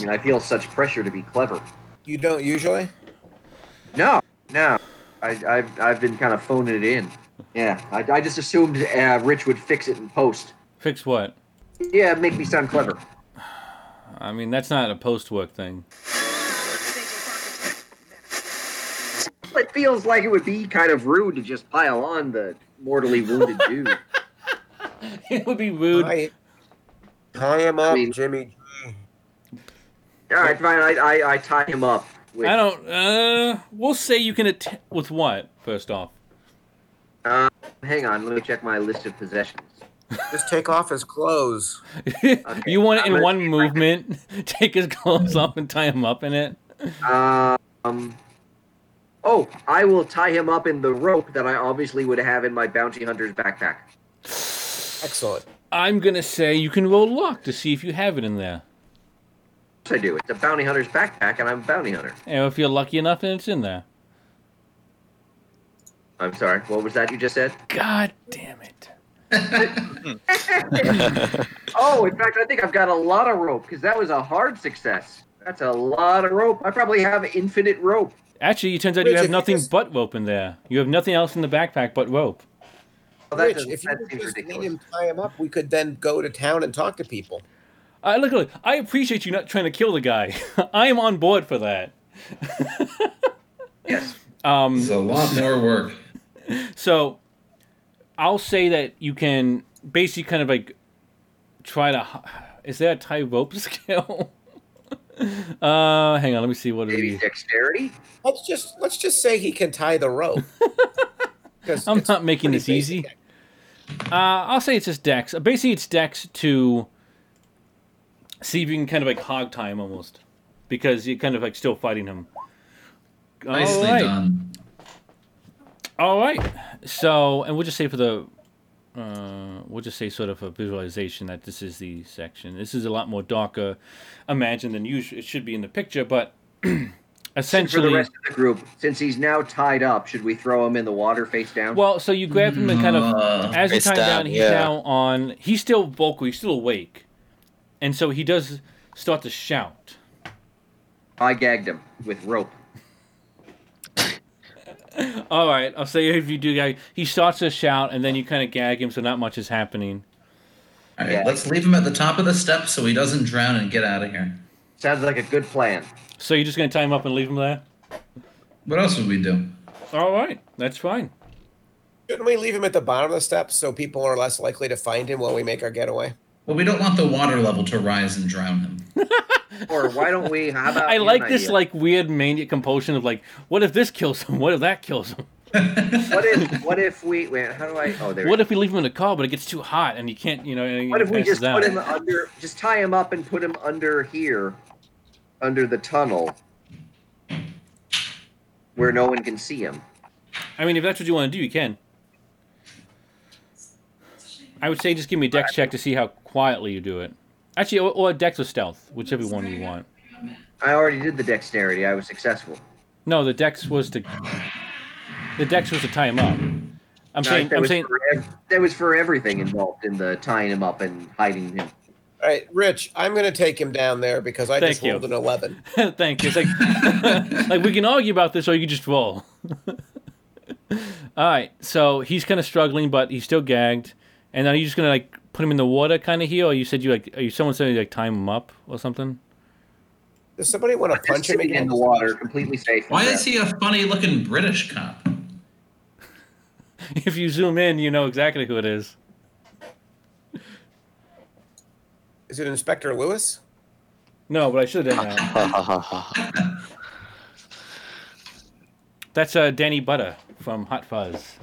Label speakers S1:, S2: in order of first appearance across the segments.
S1: I mean, I feel such pressure to be clever.
S2: You don't usually.
S1: No, no. I, I've, I've been kind of phoning it in. Yeah, I, I just assumed uh, Rich would fix it in post.
S3: Fix what?
S1: Yeah, make me sound clever.
S3: I mean, that's not a post work thing.
S1: It feels like it would be kind of rude to just pile on the mortally wounded dude.
S3: it would be rude.
S2: I, I am up,
S1: I mean-
S2: Jimmy.
S1: All right, fine. I, I, I tie him up. With,
S3: I don't. Uh, we'll say you can att- with what? First off,
S1: Uh, hang on, let me check my list of possessions.
S2: Just take off his clothes.
S3: you want it in
S1: I'm
S3: one
S1: gonna-
S3: movement. Take his clothes off and tie him up in it.
S1: Um. Oh, I will tie him up in the rope that I obviously would have in my bounty hunter's backpack.
S2: Excellent.
S3: I'm gonna say you can roll luck to see if you have it in there.
S1: Of course I do. It's a bounty hunter's backpack, and I'm a bounty hunter.
S3: And if you're lucky enough, then it's in there.
S1: I'm sorry. What was that you just said?
S3: God damn it!
S1: Oh, in fact, I think I've got a lot of rope because that was a hard success. That's a lot of rope. I probably have infinite rope.
S3: Actually, it turns out
S2: Rich,
S3: you
S2: if
S3: have
S2: you
S3: nothing
S2: just-
S3: but rope in there. You have nothing else in the backpack but rope.
S1: Oh, that,
S2: Rich,
S1: doesn't-
S2: if you
S1: that
S2: would
S1: seems
S2: just
S1: ridiculous.
S2: let him tie him up, we could then go to town and talk to people.
S3: I look, look, I appreciate you not trying to kill the guy. I am on board for that.
S1: Yes.
S3: Um,
S4: It's a lot more work.
S3: So I'll say that you can basically kind of like try to. h- Is there a tie rope skill? uh, hang on, let me see what it
S1: Maybe
S3: is.
S1: dexterity.
S2: Let's just let's just say he can tie the rope. 'Cause
S3: I'm
S2: it's
S3: not making
S2: pretty
S3: this easy.
S2: basic.
S3: Uh, I'll say it's just dex. Basically, it's dex to see if you can kind of like hog tie him almost because you're kind of like still fighting him. All right.
S4: Nicely done.
S3: All right. So, and we'll just say for the, uh, we'll just say sort of a visualization that this is the section. This is a lot more darker, imagine than usual. It should be in the picture, but
S1: For
S3: essentially,
S1: the rest of the group, since he's now tied up, should we throw him in the water face down?
S3: well, so you grab him and kind of
S1: Mm-hmm.
S4: Uh,
S3: as you
S5: It's
S3: time down,
S5: down,
S3: he's
S5: yeah.
S3: now on. He's still vocal. He's still awake, and so he does start to shout.
S1: I gagged him with rope.
S3: All right, I'll say if you do, gag- he starts to shout, and then you kind of gag him, so not much is happening.
S4: all right,
S1: Yeah.
S4: let's leave him at the top of the steps so he doesn't drown and get out of here.
S1: Sounds like a good plan.
S3: So you're just gonna tie him up and leave him there.
S4: What else would we do?
S3: All right, that's fine.
S2: Shouldn't we leave him at the bottom of the steps so people are less likely to find him while we make our getaway?
S4: Well, we don't want the water level to rise and drown him.
S1: Or why don't we? How about
S3: I
S1: you
S3: like
S1: and
S3: this
S1: idea?
S3: like weird mania compulsion of like, what if this kills him? What if that kills him?
S1: What if? What if we? Wait, how do I? Oh, there.
S3: What
S1: it is.
S3: if we leave him in a car, but it gets too hot and you can't, you know? And he
S1: What if we just
S3: passes
S1: put
S3: out?
S1: him under? Just tie him up and put him under here, under the tunnel, where no one can see him.
S3: I mean, if that's what you want to do, you can. I would say just give me a dex check to see how quietly you do it. Actually, or, or a dex or stealth, whichever one you want.
S1: I already did the dexterity. I was successful.
S3: No, the dex was to. The dex was to tie him up. I'm
S1: Right,
S3: saying.
S1: that
S3: I'm
S1: was
S3: saying.
S1: for ev- that was for everything involved in the tying him up and hiding him.
S2: All right, Rich, I'm going to take him down there because I
S3: Thank
S2: just
S3: you.
S2: rolled an 11.
S3: Thank you. It's like, like we can argue about this, or you can just roll. All right. So he's kind of struggling, but he's still gagged. And are you just gonna like put him in the water, kind of here, or you said you like, are you someone said you like time him up or something?
S2: Does somebody want to punch
S1: Just
S2: him
S1: sitting
S2: again?
S1: in the water, completely safe.
S4: Why is he a funny-looking British cop?
S3: if you zoom in, you know exactly who it is.
S2: Is it Inspector Lewis?
S3: No, but I should have done that. That's uh, Danny Butter from Hot Fuzz.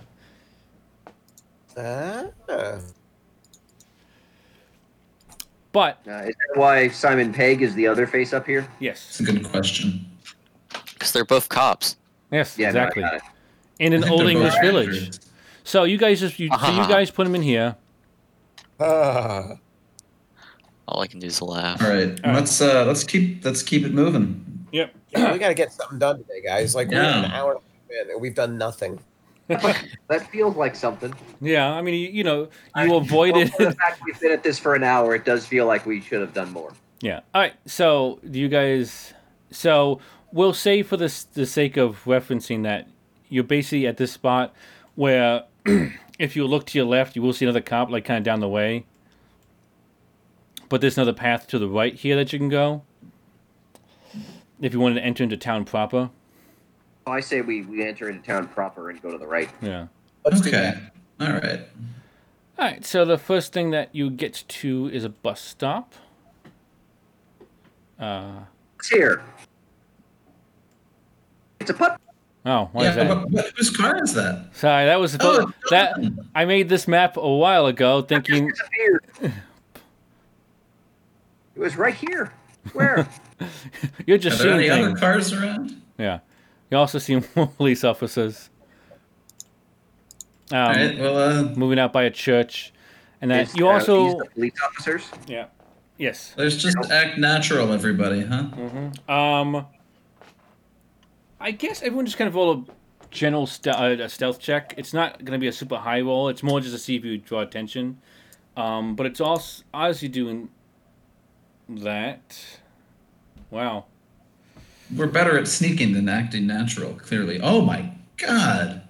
S2: Ah,
S3: But
S1: Uh, is that why Simon Pegg is the other face up here?
S3: yes,
S4: It's a good question.
S5: Because they're both cops.
S3: yes,
S1: Yeah, no, I
S3: exactly.
S1: got it.
S3: in an
S4: I think
S3: old
S4: they're
S3: English
S4: both
S3: village.
S4: actors.
S3: So you guys just you, so
S1: Uh-huh.
S3: you guys put him in here.
S2: ah.
S5: All I can do is laugh.
S4: All right,
S3: All right.
S4: let's uh, let's keep let's keep it moving.
S3: Yep.
S2: Yeah, we got to get something done today, guys. Like we're
S4: Yeah.
S2: an hour and a half in, and we've done nothing.
S1: That feels like something.
S3: Yeah, I mean, you, you know,
S1: I-
S3: you
S1: Well,
S3: avoided.
S1: for the fact we've been at this for an hour, it does feel like we should have done more.
S3: Yeah. All right. So do you guys? So we'll say for this the sake of referencing that you're basically at this spot where if you look to your left, you will see another cop like kind of down the way. But there's another path to the right here that you can go. If you wanted to enter into town proper.
S1: So Oh, I say we, we enter into town proper and go to the right.
S3: Yeah.
S2: Let's do
S4: Okay.
S2: that.
S4: All right.
S3: All right. So the first thing that you get to is a bus stop. Uh,
S1: It's here. It's a putt.
S3: oh, why
S4: yeah,
S3: is that?
S4: But, but whose car is that?
S3: Sorry, that was supposed
S4: Oh, it's
S3: that
S4: John.
S3: I made this map a while ago,
S1: It
S3: thinking
S1: disappeared. It was right here. Where?
S3: you're
S4: Are
S3: just
S4: there
S3: seeing
S4: any other
S3: things.
S4: cars around?
S3: Yeah, you also see more police officers. Um,
S4: All right. Well, uh,
S3: Moving out by a church, and then
S1: Is,
S3: you
S1: uh,
S3: also
S1: these the police officers.
S3: yeah yes
S4: let's just act natural, everybody, huh?
S3: um I guess everyone just kind of roll a general ste- uh, a stealth check. It's not going to be a super high roll. It's more just to see if you draw attention. Um, but it's also obviously doing that. Wow.
S4: We're better at sneaking than acting natural, clearly. Oh my god.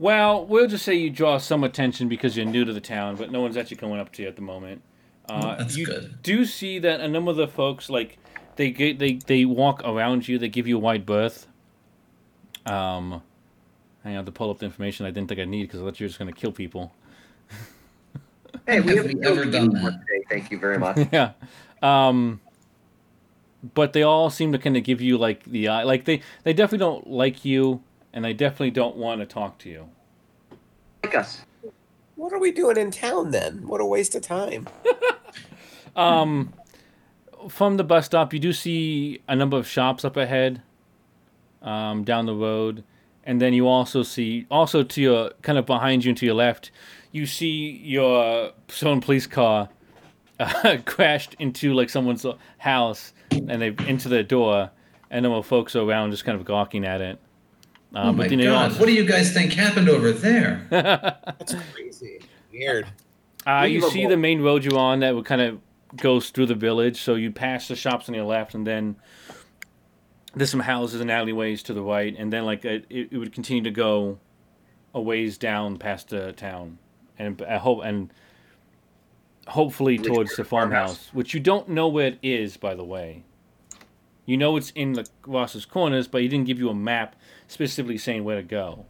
S3: Well, we'll just say you draw some attention because you're new to the town, but no one's actually coming up to you at the moment. Uh,
S4: That's
S3: you
S4: good.
S3: do see that a number of the folks like they get, they they walk around you. They give you a wide berth. Um, I have to pull up the information I didn't think I need because I thought you were just gonna kill people.
S1: Hey, we
S4: Have
S1: haven't
S4: we
S1: killed
S4: ever
S1: you
S4: done
S1: before
S4: that?
S1: Today. Thank you very much.
S3: yeah. Um, but they all seem to kind of give you like the eye. Like they they definitely don't like you, and they definitely don't want to talk to you.
S1: like us.
S2: What are we doing in town then? What a waste of time.
S3: Um, from the bus stop, you do see a number of shops up ahead, um, down the road, and then you also see, also to your kind of behind you and to your left, you see your stolen police car uh, crashed into like someone's house, and they into their door, and then folks are around just kind of gawking at it. Uh,
S4: oh
S3: but
S4: my
S3: then you
S4: god.
S3: also-
S4: What do you guys think happened over there?
S2: That's crazy. Weird.
S3: Uh, you
S1: Unbelievable.
S3: see the main road you're on that would kind of goes through the village. So you pass the shops on your left, and then there's some houses and alleyways to the right, and then like it, it it would continue to go a ways down past the town, and I hope and hopefully
S1: Which
S3: towards the
S1: the farmhouse.
S3: farmhouse, which you don't know where it is, by the way. You know it's in the Ross's Corners, but he didn't give you a map specifically saying where to go.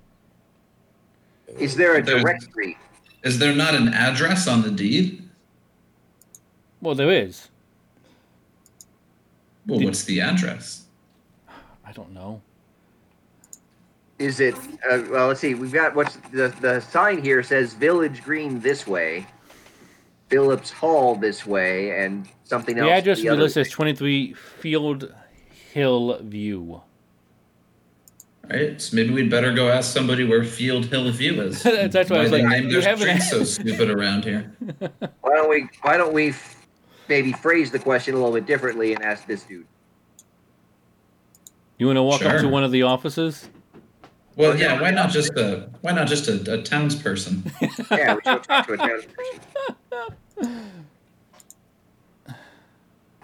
S1: Is there a
S4: There's-
S1: directory?
S4: Is there not an address on the deed?
S3: Well, there is.
S4: Well,
S3: Did-
S4: what's the address?
S3: I don't know.
S1: Is it? Uh, well, let's see. We've got what's the the sign here says Village Green this way, Phillips Hall this way, and something else.
S3: The address we
S1: other
S3: listed
S1: way.
S3: is 23 Field Hill View.
S4: All right, so maybe we'd better go ask somebody where Field Hill View is.
S3: That's what I
S4: Why
S3: was
S4: they
S3: like,
S4: named
S3: you
S4: their
S3: haven't-
S4: streets so stupid around here.
S1: Why don't we? Why don't we? F- maybe phrase the question a little bit differently and ask this dude.
S3: You want to walk up to
S4: Sure.
S3: one of the offices?
S4: Well, yeah, why not just a why not just a, a townsperson?
S1: Yeah, we should talk to a town person.
S3: All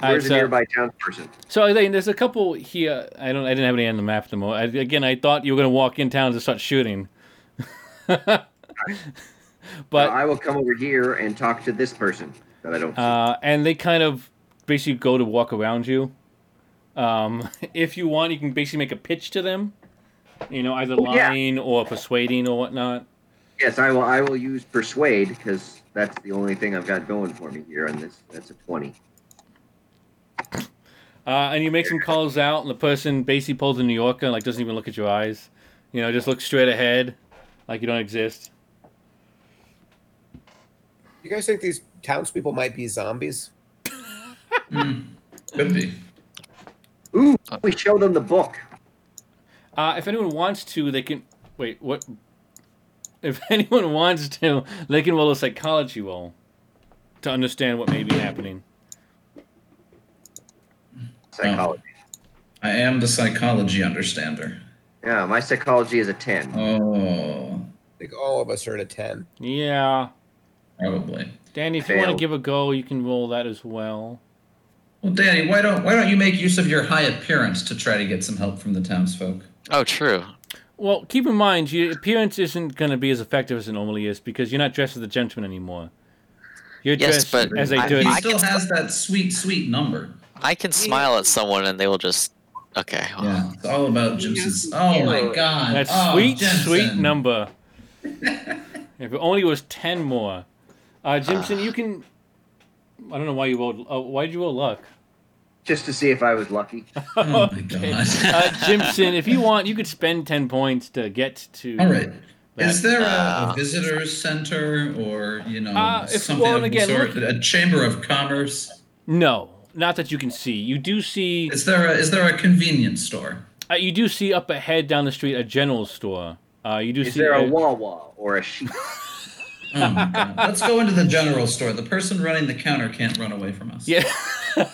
S3: right,
S1: Where's a
S3: so-
S1: nearby town person?
S3: So I think there's a couple here. I don't. I didn't have any on the map at the moment. I, again, I thought you were going to walk in town and start shooting. but
S1: So I will come over here and talk to this person that I don't. see.
S3: uh, and they kind of basically go to walk around you. Um, if you want, you can basically make a pitch to them. You know, either
S1: yeah.
S3: lying or persuading or whatnot.
S1: yes, I will. I will use persuade because that's the only thing I've got going for me here, and this that's a twenty.
S3: Uh, and you make some calls out, and the person basically pulls a New Yorker and like doesn't even look at your eyes. You know, just looks straight ahead, like you don't exist.
S2: You guys think these townspeople might be zombies?
S4: Hmm, could be.
S1: Ooh, we showed them the book.
S3: Uh, if anyone wants to, they can wait. What? If anyone wants to, they can roll a psychology roll to understand what may be happening.
S1: Psychology.
S3: oh.
S4: I am the psychology understander.
S1: Yeah, my psychology is a ten.
S4: Oh,
S2: I think all of us are at a 10.
S3: Yeah,
S4: probably.
S3: Danny, if you want to
S1: Failed.
S3: give a go, you can roll that as well.
S4: Well, Danny, why don't why don't you make use of your high appearance to try to get some help from the townsfolk?
S5: Oh, true.
S3: Well, keep in mind your appearance isn't going to be as effective as it normally is because you're not dressed as a gentleman anymore. You're
S5: Yes,
S3: dressed
S5: but
S3: as a
S5: I-
S3: dirty.
S4: He
S5: I-
S4: still has that sweet, sweet number.
S5: I can smile at someone and they will just. Okay. Well,
S4: Yeah, it's all about Jimson's. Oh my God,
S3: that
S4: oh,
S3: sweet,
S4: Jimson.
S3: sweet number. if it only was ten more, uh, Jimson, you can. I don't know why you rolled. Uh, why did you roll luck?
S1: just to see if I was lucky.
S4: Oh my
S3: Okay.
S4: God.
S3: Uh, Jimson, if you want, you could spend ten points to get to.
S4: All right.
S3: That-
S4: Is there a, a
S5: Uh,
S4: visitor's center or you know
S3: Uh, if-
S4: something
S3: well,
S4: of the
S3: again,
S4: sort?
S3: look-
S4: A chamber of commerce?
S3: No, not that you can see. You do see.
S4: Is there a is there a convenience store?
S3: Uh, you do see up ahead down the street a general store. Uh, you do
S1: Is
S3: see.
S1: there a Wawa or a sheep?
S4: Oh my God. Let's go into the general store. The person running the counter can't run away from us.
S3: Yeah.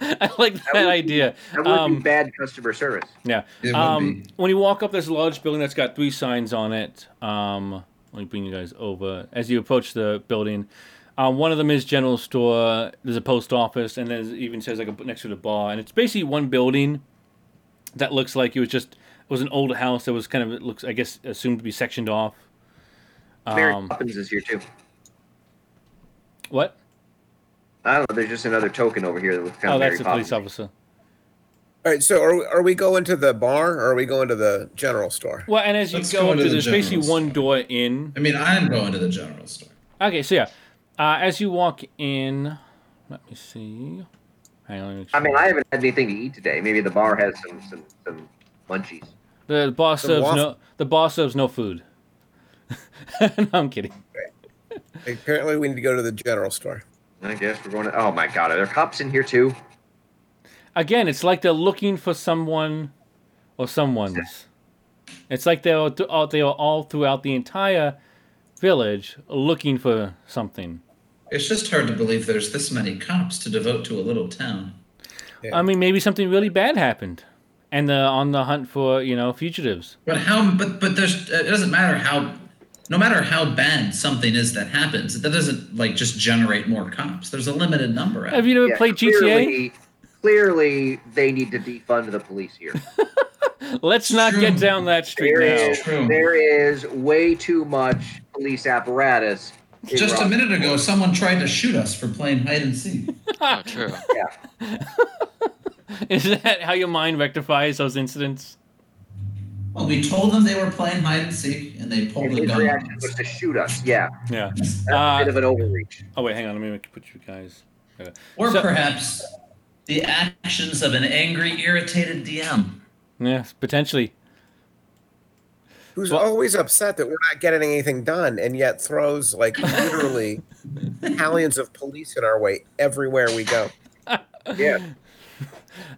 S3: I like that,
S1: would be-
S3: idea.
S1: That would be
S3: Um,
S1: bad customer service.
S3: yeah.
S4: It would
S3: Um,
S4: be.
S3: when you walk up, there's a large building that's got three signs on it. Um, let me bring you guys over. As you approach the building, um, one of them is general store. There's a post office, and there's it even says like a, next to the bar, and it's basically one building that looks like it was just it was an old house that was kind of it looks I guess assumed to be sectioned off.
S1: Mary
S3: Um,
S1: Poppins is here too.
S3: what?
S1: I don't know. There's just another token over here that was kind
S3: Oh,
S1: of Mary
S3: that's the police
S1: Poppins.
S3: officer.
S2: All right, so are, we- are we going to the bar or are we going to the general store?
S3: Well, and as you
S4: Let's
S3: go
S4: go
S3: up to,
S4: to the
S3: there's basically
S4: general
S3: one door in.
S4: I mean, I'm going to the general store.
S3: Okay, so yeah, uh, as you walk in, let me see. Hang on. let me make
S1: I mean,
S3: sure.
S1: I haven't had anything to eat today. Maybe the bar has some some some munchies.
S3: the bar
S2: The
S3: serves
S2: waff-
S3: no. The bar serves no food. no, I'm kidding.
S2: Apparently, we need to go to the general store.
S1: I guess we're going to. Oh my God, are there cops in here too?
S3: Again, it's like they're looking for someone, or someone's. It's like they're th- all- they are all throughout the entire village looking for something.
S4: It's just hard to believe there's this many cops to devote to a little town.
S2: Yeah.
S3: I mean, maybe something really bad happened, and they're on the hunt for you know fugitives.
S4: But how? But but there's. uh, It doesn't matter how. No matter how bad something is that happens, that doesn't like just generate more cops. There's a limited number. Out.
S3: Have you ever
S1: Yeah,
S3: played GTA?
S1: Clearly, clearly, they need to defund the police here.
S3: Let's not get
S4: True.
S3: down that street
S1: There
S3: now.
S1: is,
S4: True.
S1: there is way too much police apparatus. in
S4: Just a
S1: Rock-
S4: minute ago, someone tried to shoot us for playing hide and seek.
S5: oh, true.
S3: Is that how your mind rectifies those incidents?
S4: Well, we told them they were playing hide and seek, and they pulled
S1: And
S4: the
S1: his
S4: gun.
S1: reaction
S4: on
S1: was
S4: us.
S1: to shoot us. Yeah,
S3: Yeah.
S1: that's
S3: Uh,
S1: a bit of an overreach.
S3: Oh wait, hang on. Let me make, put you guys. uh,
S4: Or
S3: So-
S4: perhaps the actions of an angry, irritated DM.
S3: Yes, potentially.
S2: Who's
S3: Well-
S2: always upset that we're not getting anything done and yet throws like literally battalions of police in our way everywhere we go.
S1: Yeah,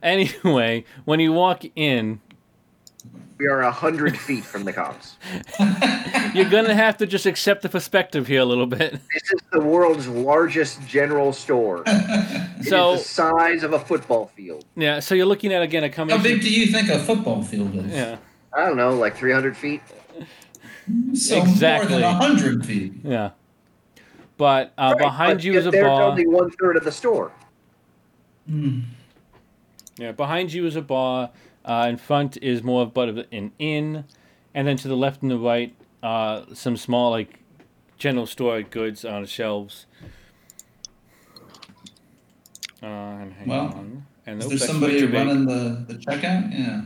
S3: Anyway, when you walk in,
S1: we are a hundred feet from the cops.
S3: you're gonna have to just accept the perspective here a little bit.
S1: This is the world's largest general store. It is
S3: So
S1: the size of a football field.
S3: yeah, so you're looking at again a
S4: How big
S3: combination.
S4: do you think a football field is?
S3: Yeah,
S1: I don't know, like 300 feet.
S3: Uh,
S4: So
S3: Exactly.
S4: more than hundred feet.
S3: yeah. But uh,
S1: Right,
S3: behind
S1: but
S3: you
S1: yet
S3: is a
S1: there's
S3: bar.
S1: only one third of the store.
S4: Hmm.
S3: Yeah, behind you is a bar. Uh, in front is more of but of an inn, and then to the left and the right, uh, some small like general store goods on shelves. Uh, and hang
S4: Well,
S3: on. And
S4: Is
S3: nope,
S4: there
S3: that's way
S4: somebody
S3: too big.
S4: running the, the checkout? Yeah.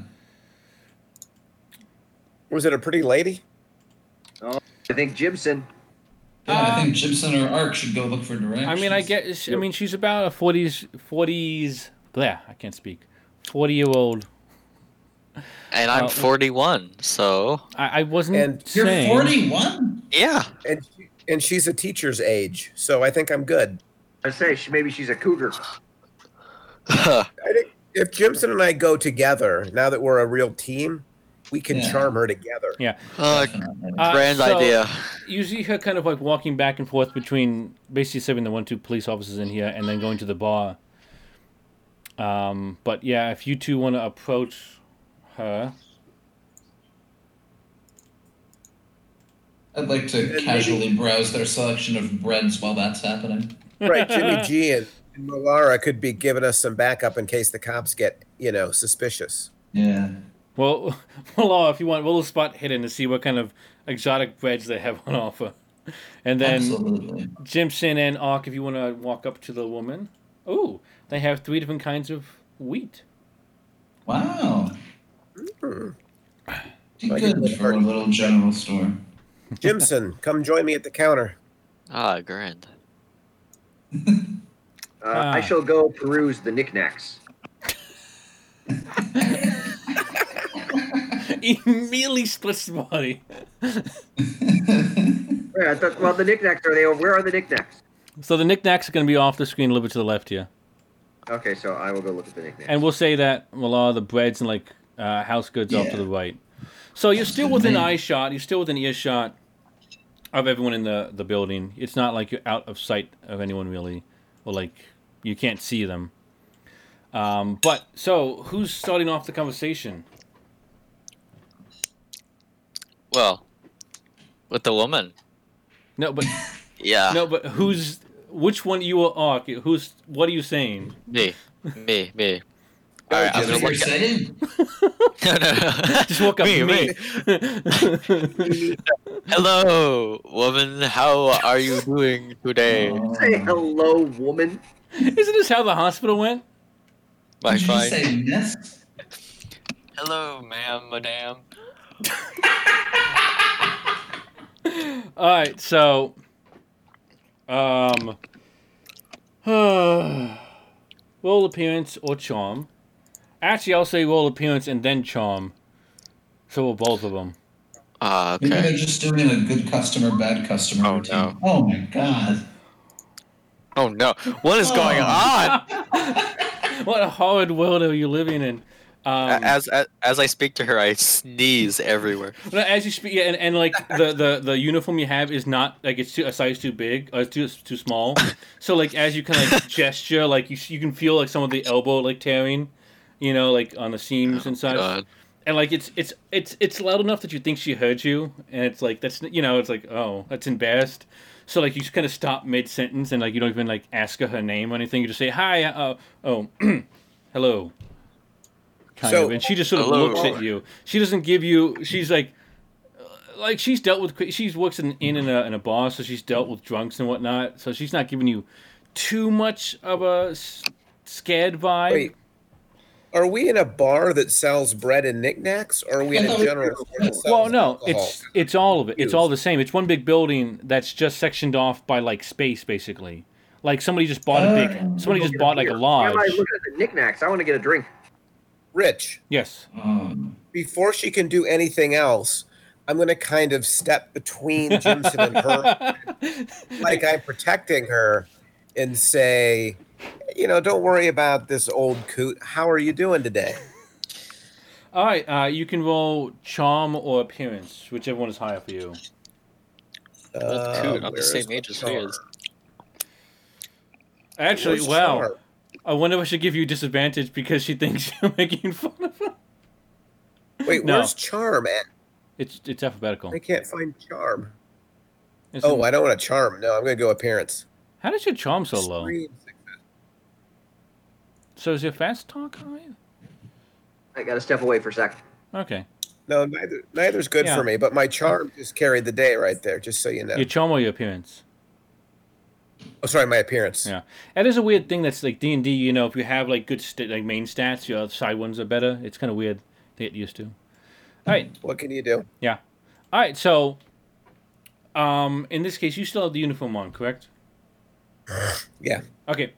S2: Was it a pretty lady?
S1: I think Jimson.
S4: Yeah,
S3: Uh,
S4: I think Jimson or Ark should go look for directions.
S3: I mean, I get. I mean, she's about a forties, forties. Blah, I can't speak. Forty year old.
S5: And I'm
S3: Uh,
S5: 41, so
S3: I, I wasn't
S2: And
S4: You're
S3: saying.
S4: 41.
S5: yeah.
S2: And she, and she's a teacher's age, so I think I'm good.
S1: I say she, maybe she's a cougar. Uh,
S5: Uh,
S2: I think if Jimson and I go together, now that we're a real team, we can
S4: Yeah.
S2: charm her together.
S5: uh,
S4: Definitely.
S3: Uh,
S5: grand
S3: so-
S5: idea.
S3: you see her kind of like walking back and forth between basically serving the one two police officers in here and then going to the bar. Um, but yeah, if you two want to approach her,
S4: I'd like to
S2: maybe-
S4: casually browse their selection of breads while that's happening.
S2: Right, Jimmy G and And Molara could be giving us some backup in case the cops get, you know, suspicious.
S4: Yeah.
S3: Well, well, uh, if you want, we'll spot hidden to see what kind of exotic breads they have on offer, and then
S4: Absolutely.
S3: Jimson and Ark, if you want to walk up to the woman. Oh, they have three different kinds of wheat.
S4: Wow.
S2: Hmm.
S4: Be
S2: Like a
S4: good
S2: good
S4: for a
S2: party.
S4: little general store.
S2: Jimson, come join me at the counter.
S5: Ah, grand.
S1: Uh, I
S3: Ah.
S1: shall go peruse the knickknacks.
S3: Immediately splits the body.
S1: Yeah, I thought, well, the knickknacks are they? over- Where are the knickknacks?
S3: So the knickknacks are going to be off the screen a little bit to the left here.
S1: Okay, so I will go look at the knickknacks.
S3: And we'll say that well, uh, the breads and like uh, house goods off to
S4: Yeah.
S3: the right. So you're still within
S4: Amazing.
S3: eye shot. You're still within earshot of everyone in the the building. It's not like you're out of sight of anyone really, or like you can't see them. Um, but so who's starting off the conversation?
S5: Well, with the woman.
S3: No, but
S5: Yeah.
S3: no, but who's which one you are? Ark, Who's what are you saying?
S5: Me. Me. Me.
S2: Go,
S5: Alright, I'm
S4: That's
S5: gonna
S4: what you're
S5: look
S4: saying?
S5: at no, no, no.
S3: Just walk up
S5: me,
S3: to me.
S5: me. Hello, woman. How are you doing today?
S4: Oh.
S1: Say hello, woman.
S3: Isn't this how the hospital went?
S5: Bye
S4: Did you
S5: bye.
S4: say miss?
S5: Hello, ma'am, madam.
S3: All right, so, um, roll appearance or charm. Actually, I'll say roll appearance and then charm. So we'll both of them.
S5: Ah,
S4: Maybe
S5: okay.
S4: they're just doing a good customer, bad customer
S5: Oh,
S4: routine.
S5: no.
S4: Oh my god.
S5: Oh no, what is going
S4: Oh.
S5: on?
S3: What a horrid world are you living in? Um,
S5: As, as as I speak to her, I sneeze everywhere.
S3: no, as you speak, yeah, and, and like the, the the uniform you have is not like it's too, a size too big or it's too too small. So like as you kind of like, gesture, like you you can feel like some of the elbow like tearing, you know, like on the seams and such.
S5: God.
S3: and like it's it's it's it's loud enough that you think she heard you and it's like that's you know it's like oh that's embarrassed so like you just kind of stop mid sentence and like you don't even like ask her her name or anything you just say hi uh, oh hello kind
S2: So-
S3: of and she just sort of
S5: Hello.
S3: looks at you she doesn't give you she's like uh, like she's dealt with cra- she's works in in, in, a, in a bar so she's dealt with drunks and whatnot so she's not giving you too much of a s- scared vibe
S2: Wait. Are we in a bar that sells bread and knickknacks, or are we in
S4: I
S2: a
S4: thought we
S2: general store that sells
S3: Well, no,
S2: alcohol?
S3: it's it's all of it. It's all
S2: Confused.
S3: the same. It's one big building that's just sectioned off by like space, basically. Like somebody just bought a
S4: Oh.
S3: big, somebody just bought like a
S1: Here. Why Uh, am I
S3: lodge.
S1: looking at the knickknacks. I want to get a drink.
S2: Rich.
S3: Yes.
S4: Um,
S2: Before she can do anything else, I'm going to kind of step between Jimson and her, like I'm protecting her, and say, you know, don't worry about this old coot. How are you doing today?
S3: all right, uh, you can roll charm or appearance, whichever one is higher for you.
S5: Old coot. I'm
S2: where
S5: the
S2: is
S5: same
S2: my
S5: age as she is.
S2: jar?
S3: Actually,
S2: Where's
S3: wow.
S2: jar?
S3: I wonder if I should give you disadvantage because she thinks you're making fun of her.
S2: Wait,
S3: No.
S2: where's Charm at?
S3: It's it's alphabetical.
S2: I can't find Charm.
S3: It's
S2: Oh,
S3: in-
S2: I don't want to Charm. No, I'm going to go appearance.
S3: how does your charm so low?
S2: Scream.
S3: So is your fast talk high?
S1: I got to step away for a sec.
S3: Okay.
S2: No, neither neither's good
S3: Yeah.
S2: for me, but my charm just carried the day right there, just so you know.
S3: Your charm or your appearance?
S2: Oh, sorry, my appearance.
S3: Yeah, that is a weird thing. That's like D and D. You know, if you have like good st- like main stats, your side ones are better. It's kind of weird to get used to. All right,
S2: What can you do?
S3: yeah, all right. So, um, in this case, you still have the uniform on, correct?
S2: Yeah.
S3: Okay,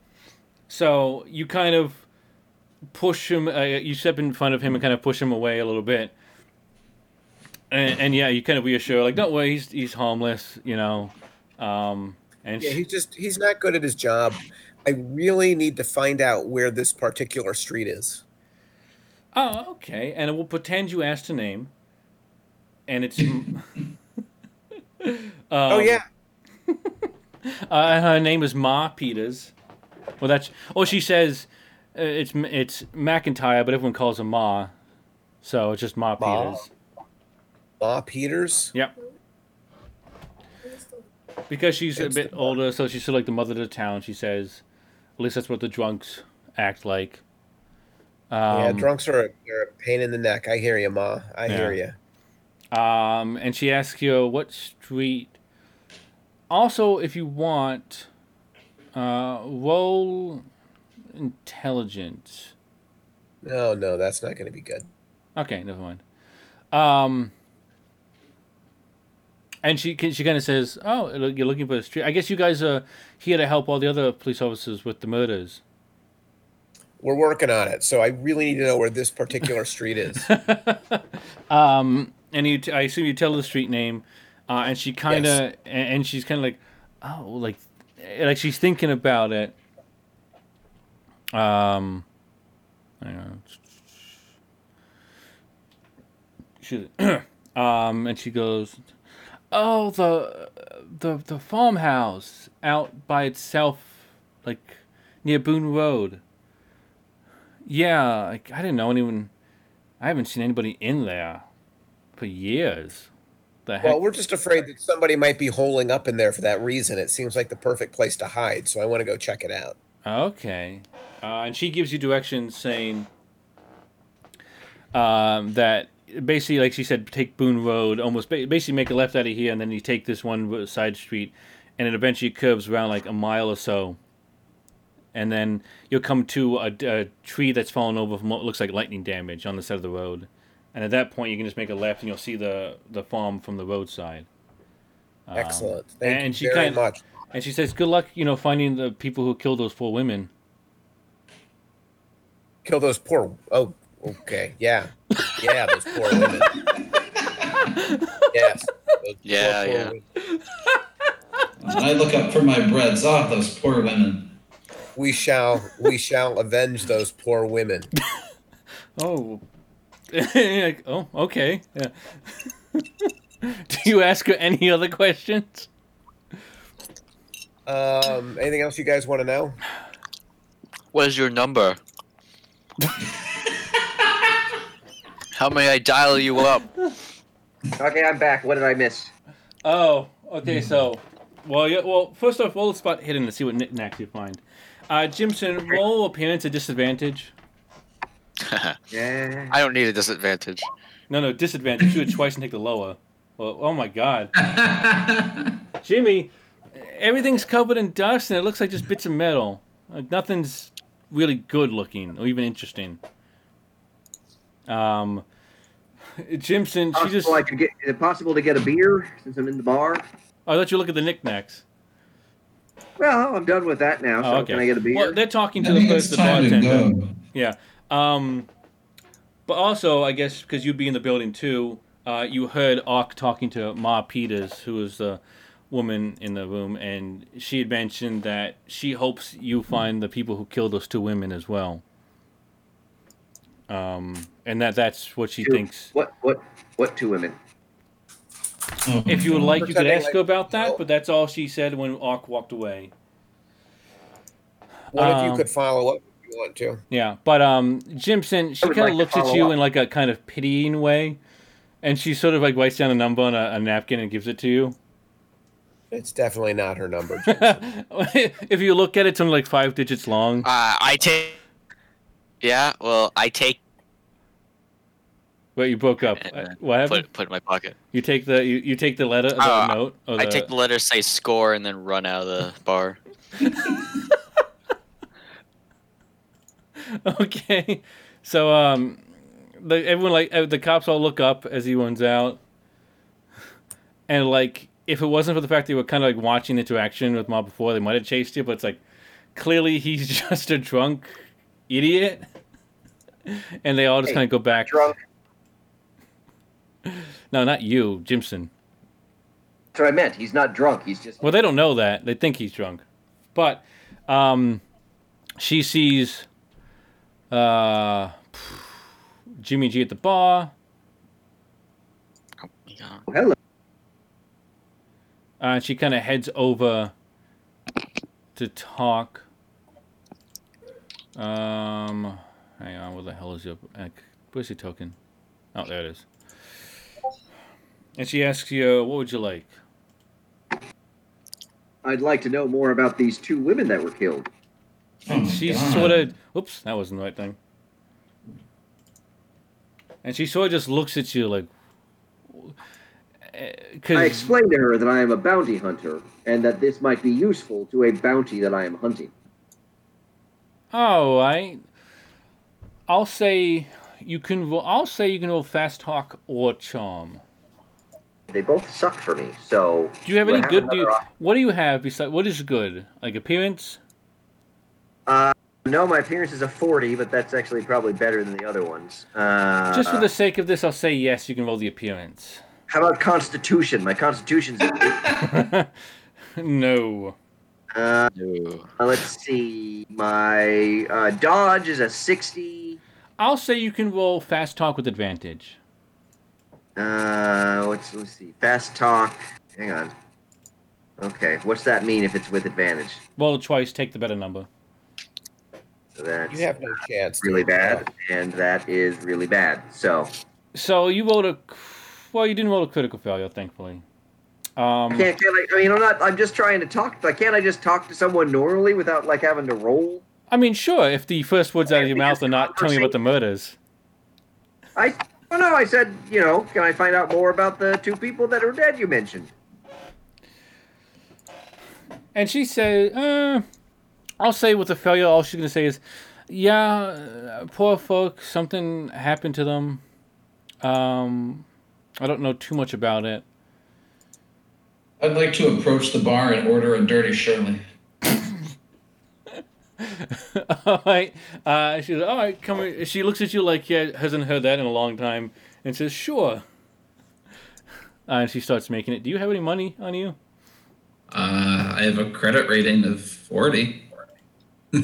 S3: so you kind of push him. Uh, you step in front of him and kind of push him away a little bit. And, and yeah, you kind of reassure, like, don't worry, he's he's harmless, you know. Um, and
S2: Yeah,
S3: she-
S2: he's just he's not good at his job. I really need to find out where this particular street is.
S3: Oh, okay. And we'll pretend you asked a name. And it's. um,
S2: oh yeah.
S3: Uh, her name is Ma Peters. Well, that's. Oh, she says uh, it's M- it's McIntyre, but everyone calls her Ma. So it's just Ma,
S2: Ma.
S3: Peters.
S2: Ma Peters?
S3: Yep. Because she's a bit older, so she's sort of like the mother of the town, she says. At least that's what the drunks act like.
S2: yeah,
S3: Um,
S2: drunks are a, are a pain in the neck. I hear you, Ma. I
S3: Yeah.
S2: hear you.
S3: Um, and she asks you what street. Also, if you want, uh, roll intelligence.
S2: No, no, that's not going to be good.
S3: Okay, never mind. Um, and she ki- she kind of says, "Oh, lo- you're looking for the street. I guess you guys are here to help all the other police officers with the murders."
S2: We're working on it, so I really need to know where this particular street is.
S3: um, and you, t- I assume you tell her the street name, uh, and she kind of,
S2: Yes.
S3: and she's kind of like, oh, like, eh, like she's thinking about it. Um, hang on. She, um, and she goes, oh, the, the, the farmhouse out by itself, like near Boone Road. Yeah, like I didn't know anyone. I haven't seen anybody in there for years. The heck?
S2: well, we're just afraid that somebody might be holing up in there for that reason. It seems like the perfect place to hide, so I want to go check it out.
S3: okay. Uh, and she gives you directions saying um, that basically, like she said, take Boone Road, almost ba- basically make a left out of here, and then you take this one ro- side street, and it eventually curves around like a mile or so. And then you'll come to a, d- a tree that's fallen over from what looks like lightning damage on the side of the road. And at that point, you can just make a left, and you'll see the, the farm from the roadside. Um,
S2: Excellent. Thank
S3: and
S2: you
S3: she
S2: very
S3: kind-
S2: much.
S3: And she says, "Good luck, you know, finding the people who killed those four women."
S2: Kill those poor. Oh, okay. Yeah. Yeah, those poor women. yes. those
S5: Yeah, yeah.
S2: women.
S4: I look up for my breads. Ah, those poor women.
S2: We shall we shall avenge those poor women.
S3: Oh. like, oh, okay. Yeah. Do you ask her any other questions?
S2: Um, anything else you guys want to know?
S5: Where's your number? How may I dial you up?
S1: Okay, I'm back. What did I miss?
S3: Oh, okay. So, well, yeah, well, first off, roll a spot hidden to see what knickknacks you find. Uh, Jimson, roll appearance at disadvantage.
S5: I
S1: Yeah.
S5: don't need a disadvantage.
S3: No, no, disadvantage. Do it twice and take the lower. Well, oh my God, Jimmy, everything's covered in dust and it looks like just bits of metal. Like nothing's really good looking or even interesting. Um, Jimson, she
S1: Possible
S3: just.
S1: I could get. Is it possible to get a beer since I'm in the bar?
S3: I let you look at the knickknacks.
S1: Well, I'm done with that now. So
S3: Oh, okay.
S1: can I get a beer?
S3: Well, they're talking to
S4: I
S3: the,
S4: think
S3: first, the
S4: it's time to
S3: bartender.
S4: go.
S3: Yeah. Um, but also, I guess because you'd be in the building too, uh, you heard Ark talking to Ma Peters, who was the woman in the room, and she had mentioned that she hopes you find the people who killed those two women as well. Um, and that that's what she
S1: Two.
S3: thinks.
S1: What? What? What? Two women.
S4: Oh.
S3: If you would like, you could
S2: Pretending
S3: ask
S2: like-
S3: her about that, but that's all she said when Ark walked away.
S2: What if
S3: Um,
S2: you could follow up if you want to?
S3: Yeah, but um, Jimson, she
S1: would
S3: kind of
S1: like to
S3: looks at
S1: follow
S3: you
S1: up.
S3: in like a kind of pitying way, and she sort of like writes down a number on a, a napkin and gives it to you.
S2: It's definitely not her number.
S3: if you look at it, it's only like five digits long.
S5: Uh, I take. Yeah, well, I take.
S3: Wait, you broke up.
S5: Uh,
S3: What happened?
S5: Put put in my pocket.
S3: You take the you, you take the letter, the
S5: Uh,
S3: note. Or
S5: I take the letter, say score, and then run out of the bar.
S3: okay. So um, the, everyone like uh, the cops all look up as he runs out, and like if it wasn't for the fact that you were kind of like watching the interaction with Mob before, they might have chased you. But it's like clearly he's just a drunk idiot, and they all just
S1: Hey,
S3: kind of go back.
S1: Drunk.
S3: No, not you, Jimson.
S1: That's what I meant. He's not drunk. He's just.
S3: Well, they don't know that. They think he's drunk. But um, she sees uh, Jimmy G at the bar.
S5: Oh, my God.
S1: Hello.
S3: Uh, she kind of heads over to talk. Um, hang on, where the hell is your? uh, Where's your token? Oh, there it is. And she asks you, "What would you like?"
S1: I'd like to know more about these two women that were killed.
S4: Oh my
S3: She
S4: God.
S3: sort of, oops, that wasn't the right thing. And she sort of just looks at you like, uh,
S1: I
S3: because
S1: explained to her that I am a bounty hunter and that this might be useful to a bounty that I am hunting.
S3: all right, Oh, I'll say you can. Roll, I'll say you can roll fast talk or charm.
S1: They both suck for me, so.
S3: Do you have
S1: we'll
S3: any good?
S1: another
S3: Do you,
S1: op-
S3: what do you have besides what is good? Like appearance?
S1: Uh, no, my appearance is a 40, but that's actually probably better than the other ones. Uh,
S3: Just for the sake of this, I'll say yes. You can roll the appearance.
S1: How about Constitution? My Constitution's.
S3: no.
S1: uh,
S5: Ooh.
S1: let's see. My uh, Dodge is a 60.
S3: I'll say you can roll fast talk with advantage.
S1: Uh, let's, let's see. Fast talk. Hang on. Okay, what's that mean if it's with advantage?
S3: Roll it twice. Take the better number.
S1: So that's
S2: You have no chance. to
S1: really
S2: do that.
S1: bad, and that is really bad. So
S3: So you rolled a, well, you didn't roll a critical failure, thankfully. Um,
S1: I can't. Can I, I mean, I'm not. I'm just trying to talk. Like, can't I just talk to someone normally without like having to roll?
S3: I mean, sure, if the first words out of your
S1: Because
S3: mouth are not tell me about the murders.
S1: I. Oh no! I said, you know, can I find out more about the two people that are dead you mentioned?
S3: And she said, uh, I'll say with a failure, all she's going to say is, yeah, uh, poor folks, something happened to them. Um, I don't know too much about it.
S4: I'd like to approach the bar and order a dirty Shirley.
S3: all right. Uh, she's all right. Come. here." She looks at you like yeah, hasn't heard that in a long time, and says, "Sure." Uh, and she starts making it. Do you have any money on you?
S4: Uh, I have a credit rating of 40.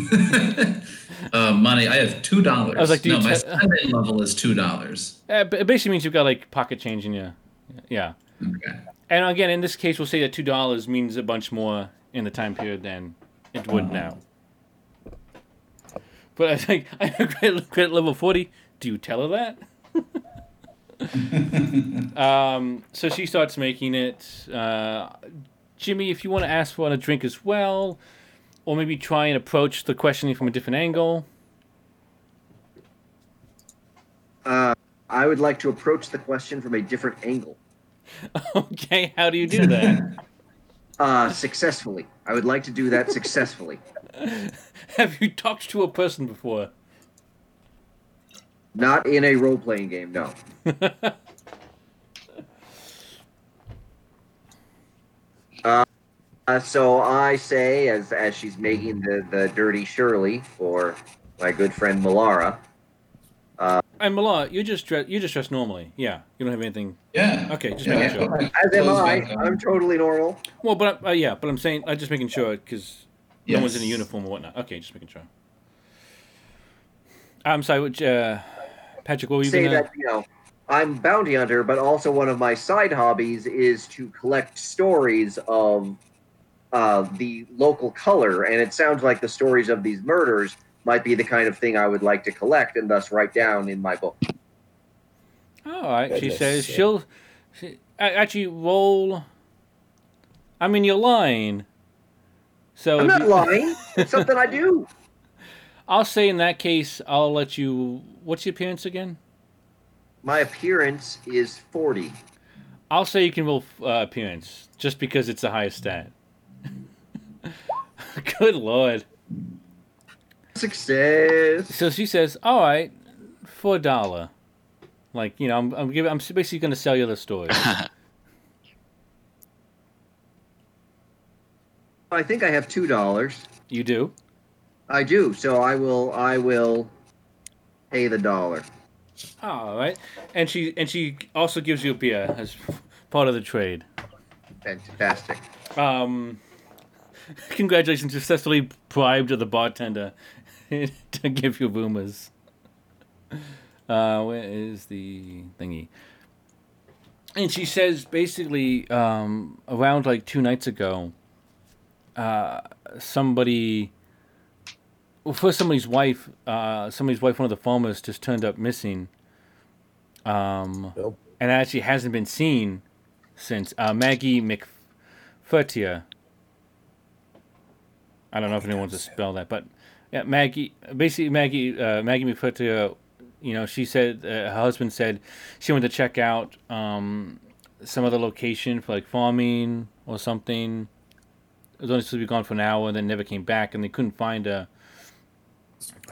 S4: uh, money, I have two dollars.
S3: I was like, do you
S4: no, my
S3: te-
S4: spending level is two dollars.
S3: Uh, but it basically means you've got like pocket change in your, yeah.
S4: Okay.
S3: And again, in this case, we'll say that two dollars means a bunch more in the time period than it would now. But I think I have credit, credit level forty. Do you tell her that? um, so she starts making it. Uh, Jimmy, if you want to ask for a drink as well, or maybe try and approach the questioning from a different angle.
S1: Uh, I would like to approach the question from a different angle.
S3: okay, how do you do that?
S1: Uh, successfully. I would like to do that successfully.
S3: have you talked to a person before?
S1: Not in a role playing game, no. uh, uh, so I say, as as she's making the, the dirty Shirley for my good friend Malara,
S3: And Malar, you're just dressed. You're just dressed normally. Yeah, you don't have anything.
S4: Yeah.
S3: Okay, just
S4: yeah,
S3: making sure.
S4: put my
S1: as am
S4: clothes
S1: I,
S4: back on.
S1: I'm totally normal.
S3: Well, but uh, yeah, but I'm saying I'm just making sure because no one's in a
S4: Yes.
S3: uniform or whatnot. Okay, just making sure. I'm sorry, which, uh, Patrick. What were you
S1: Say
S3: gonna?
S1: that, you know, I'm bounty hunter, but also one of my side hobbies is to collect stories of uh, the local color, and it sounds like the stories of these murders might be the kind of thing I would like to collect and thus write down in my book.
S3: Oh, All right, she
S2: Goodness
S3: says
S2: sake.
S3: she'll. She, a- actually, roll. I mean, you're lying. So
S1: I'm
S3: if
S1: not
S3: you-
S1: lying. It's something I do.
S3: I'll say in that case, I'll let you. What's your appearance again?
S1: My appearance is 40.
S3: I'll say you can roll uh, appearance just because it's the highest stat. Good lord.
S1: Success.
S3: So she says, "All right, for a dollar." Like you know, I'm I'm giving, I'm basically going to sell you the story.
S1: I think I have two dollars.
S3: you do.
S1: I do. So I will. I will pay the dollar.
S3: All right, and she and she also gives you a beer as part of the trade.
S1: Fantastic.
S3: Um, congratulations, you successfully bribed the bartender to give you boomers. Uh, where is the thingy? And she says basically, um, around like two nights ago, uh, somebody, well, first somebody's wife, uh, somebody's wife, one of the farmers, just turned up missing,
S2: Nope.
S3: and actually hasn't been seen since uh, Maggie McFertia. I don't know if anyone wants to spell that, but Yeah, Maggie. Basically, Maggie. Uh, Maggie McFuta. You know, she said uh, her husband said she went to check out um, some other location for like farming or something. It was only supposed to be gone for an hour, and then never came back, and they couldn't find her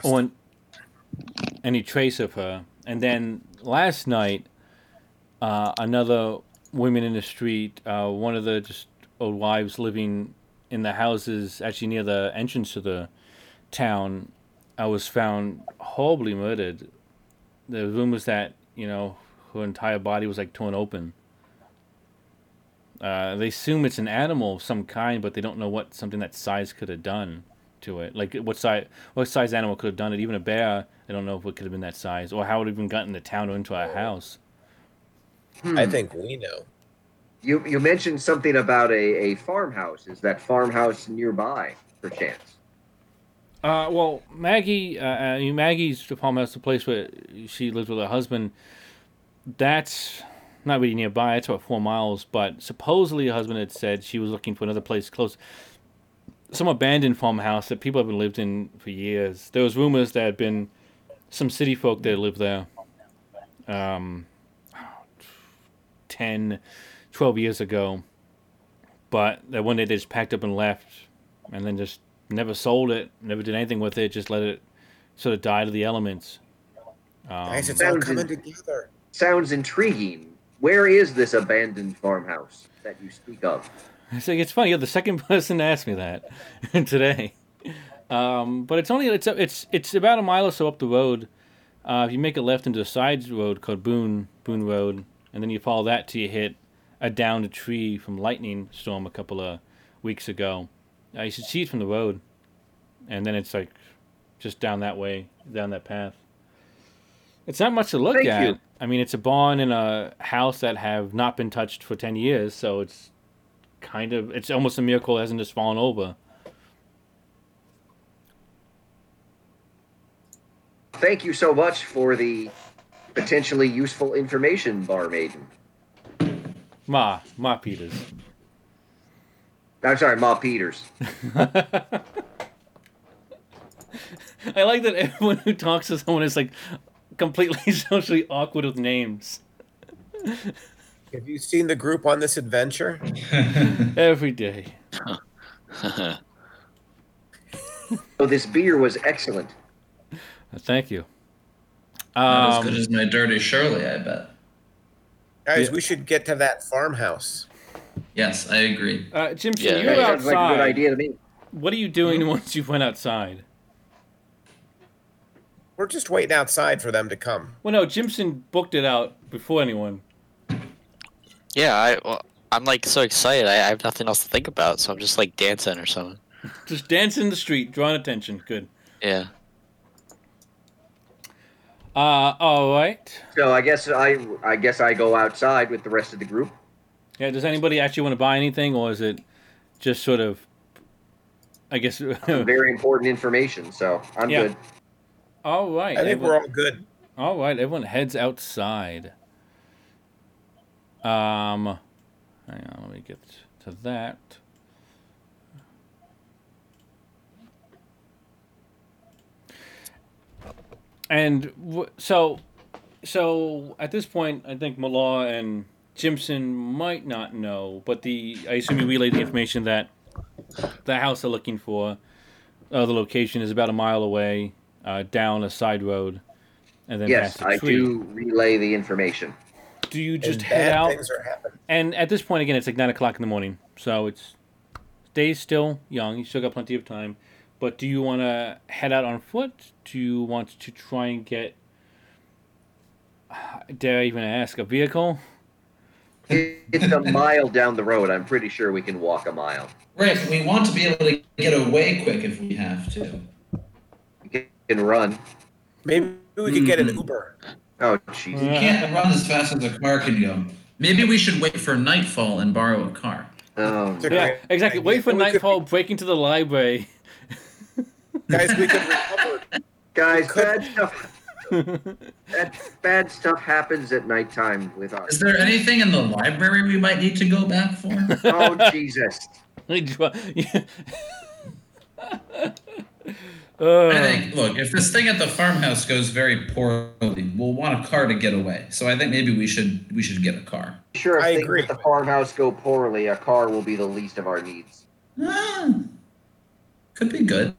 S3: or an- any trace of her. And then last night, uh, another woman in the street, uh, one of the just old wives living in the houses actually near the entrance to the town, I was found horribly murdered. The rumors that you know her entire body was like torn open. Uh, they assume it's an animal of some kind, but they don't know what something that size could have done to it. Like what size, what size animal could have done it? Even a bear, they don't know if it could have been that size, or how it even got in the town or into our house.
S1: Hmm.
S2: I think we know.
S1: You you mentioned something about a, a farmhouse. Is that farmhouse nearby, perchance?
S3: Uh, well, Maggie, uh, I mean, Maggie's the farmhouse, the place where she lives with her husband. That's not really nearby. It's about four miles, but supposedly her husband had said she was looking for another place close, some abandoned farmhouse that people haven't lived in for years. There was rumors there had been some city folk that lived there, um, 10, 12 years ago, but that one day they just packed up and left, and then just never sold it, never did anything with it, just let it sort of die to the elements. Um,
S2: Guys, it's all
S1: Sounds
S2: coming
S1: in-
S2: together.
S1: Sounds intriguing. Where is this abandoned farmhouse that you speak of?
S3: It's like it's funny. You're the second person to ask me that today. Um, but it's only it's it's it's about a mile or so up the road. Uh, if you make a left into a side road called Boone Boone Road, and then you follow that till you hit a downed tree from lightning storm a couple of weeks ago. Uh, you should see it from the road, and then it's like just down that way, down that path. It's not much to look
S1: Thank
S3: at.
S1: you.
S3: I mean, it's a barn and a house that have not been touched for ten years, so it's kind of it's almost a miracle it hasn't just fallen over.
S1: Thank you so much for the potentially useful information, bar maiden.
S3: Ma, Ma Peters.
S1: I'm sorry, Ma Peters.
S3: I like that everyone who talks to someone is like completely socially awkward with names.
S2: Have you seen the group on this adventure?
S3: Every day.
S1: So this beer was excellent.
S3: Thank you.
S4: Not as
S3: Um,
S4: good as my dirty Shirley, I bet.
S2: Guys,
S3: Yeah.
S2: we should get to that farmhouse.
S4: Yes, I agree.
S3: uh, Jim, so
S5: Yeah.
S3: you're
S1: That sounds
S3: outside.
S1: like a good idea to me.
S3: What are you doing once you went outside?
S2: We're just waiting outside for them to come.
S3: Well, no, Jimson booked it out before anyone.
S5: Yeah, I, well, I'm like so excited. I, I have nothing else to think about, so I'm just like dancing or something.
S3: Just dancing in the street, drawing attention. Good.
S5: Yeah.
S3: Uh, all right.
S1: So I guess I I guess I go outside with the rest of the group.
S3: Yeah, does anybody actually want to buy anything, or is it just sort of, I guess,
S1: Very important information. So I'm
S3: Yeah.
S1: good.
S3: all right.
S2: I think
S3: everyone-
S2: we're all good.
S3: All right, everyone heads outside. Um, hang on, let me get to that. And w- so, so at this point, I think Malar and Jimson might not know, but the I assume you relayed the information that the house they're looking for, uh, the location is about a mile away, uh, down a side road, and then
S1: Yes,
S3: past a
S1: I
S3: tree.
S1: do relay the information.
S3: Do you just
S2: and
S3: head
S2: bad
S3: out?
S2: things are happening.
S3: And at this point, again, it's like nine o'clock in the morning, so it's day's still young. You still got plenty of time. But do you want to head out on foot? Do you want to try and get? Dare I even ask a vehicle?
S1: It- It's a mile down the road. I'm pretty sure we can walk a mile.
S4: Rick, we want to be able to get away quick if we have to.
S1: We can run.
S2: Maybe we could get an
S4: Mhm.
S3: Hmm.
S2: Uber.
S1: Oh, jeez.
S4: You can't run as fast as a car can go. Maybe we should wait for nightfall and borrow a car.
S1: Oh,
S2: It's a
S3: Yeah,
S2: great
S3: exactly.
S2: idea.
S3: Wait for
S2: We could-
S3: nightfall. Break into the library.
S2: Guys, we could recover.
S1: guys, bad stuff. That bad stuff happens at nighttime with
S4: Is
S1: us.
S4: there anything in the library we might need to go back for?
S1: Oh, Jesus.
S3: They dri- Ugh.
S4: I think, look, if this thing at the farmhouse goes very poorly, we'll want a car to get away. So I think maybe we should we should get a car.
S1: Sure, if
S2: I
S1: things
S2: agree.
S1: at the farmhouse go poorly, a car will be the least of our needs.
S4: Ah, could be good.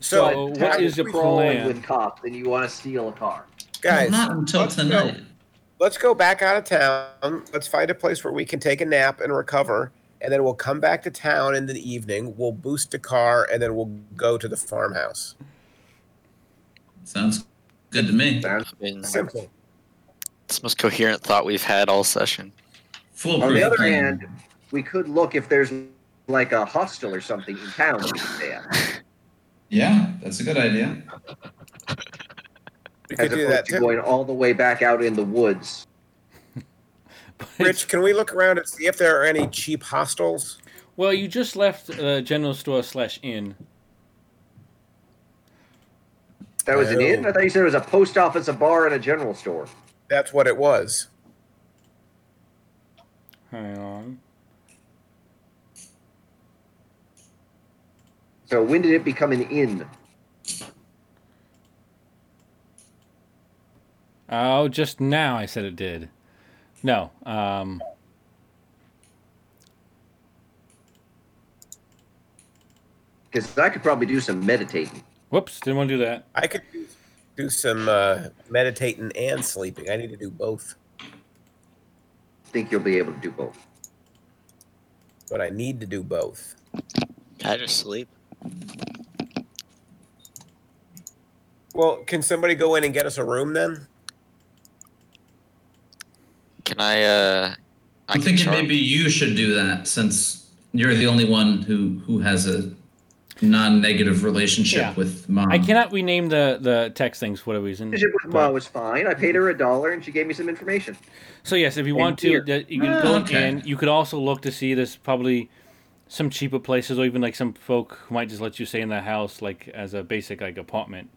S3: So,
S2: So,
S3: what
S1: Tax
S3: is the
S1: free
S3: plan?
S1: with cops, and you want to steal a car?
S2: guys,
S4: not until
S2: let's go.
S4: tonight.
S2: let's go back out of town. Let's find a place where we can take a nap and recover, and then we'll come back to town in the evening. We'll boost a car, and then we'll go to the farmhouse.
S4: Sounds good to me.
S5: I mean, it's
S2: Simple.
S5: the most coherent thought we've had all session.
S4: Full
S1: On the other
S4: plan.
S1: hand, we could look if there's like a hostel or something in town. we could stay at,
S4: yeah, that's a good idea.
S2: We could
S1: As
S2: do
S1: opposed
S2: that
S1: to
S2: too.
S1: going all the way back out in the woods.
S2: Rich, can we look around and see if there are any cheap hostels?
S3: Well, you just left uh, general store slash inn.
S1: That was an
S2: Oh.
S1: inn? I thought you said it was a post office, a bar, and a general store.
S2: That's what it was.
S3: Hang on.
S1: So when did it become an inn?
S3: Oh, just now I said it did. No. Um.
S1: Because I could probably do some meditating.
S3: Whoops. Didn't want to do that.
S2: I could do- do some uh, meditating and sleeping. I need to do both,
S1: think you'll be able to do both.
S2: but I need to do both.
S5: I just sleep.
S2: Well, can somebody go in and get us a room then?
S5: Can I? uh I
S4: I'm
S5: can
S4: thinking
S5: charm.
S4: maybe you should do that since you're the only one who who has a non-negative relationship
S3: Yeah.
S4: with mom.
S3: I cannot rename the the text things for whatever reason.
S1: Relationship with Ma was fine. I paid her a dollar and she gave me some information.
S3: So yes, if you want to,
S1: here.
S3: that you can
S4: Ah,
S3: go
S4: okay.
S3: in. You could also look to see there's probably some cheaper places, or even like some folk who might just let you stay in their house, like as a basic like apartment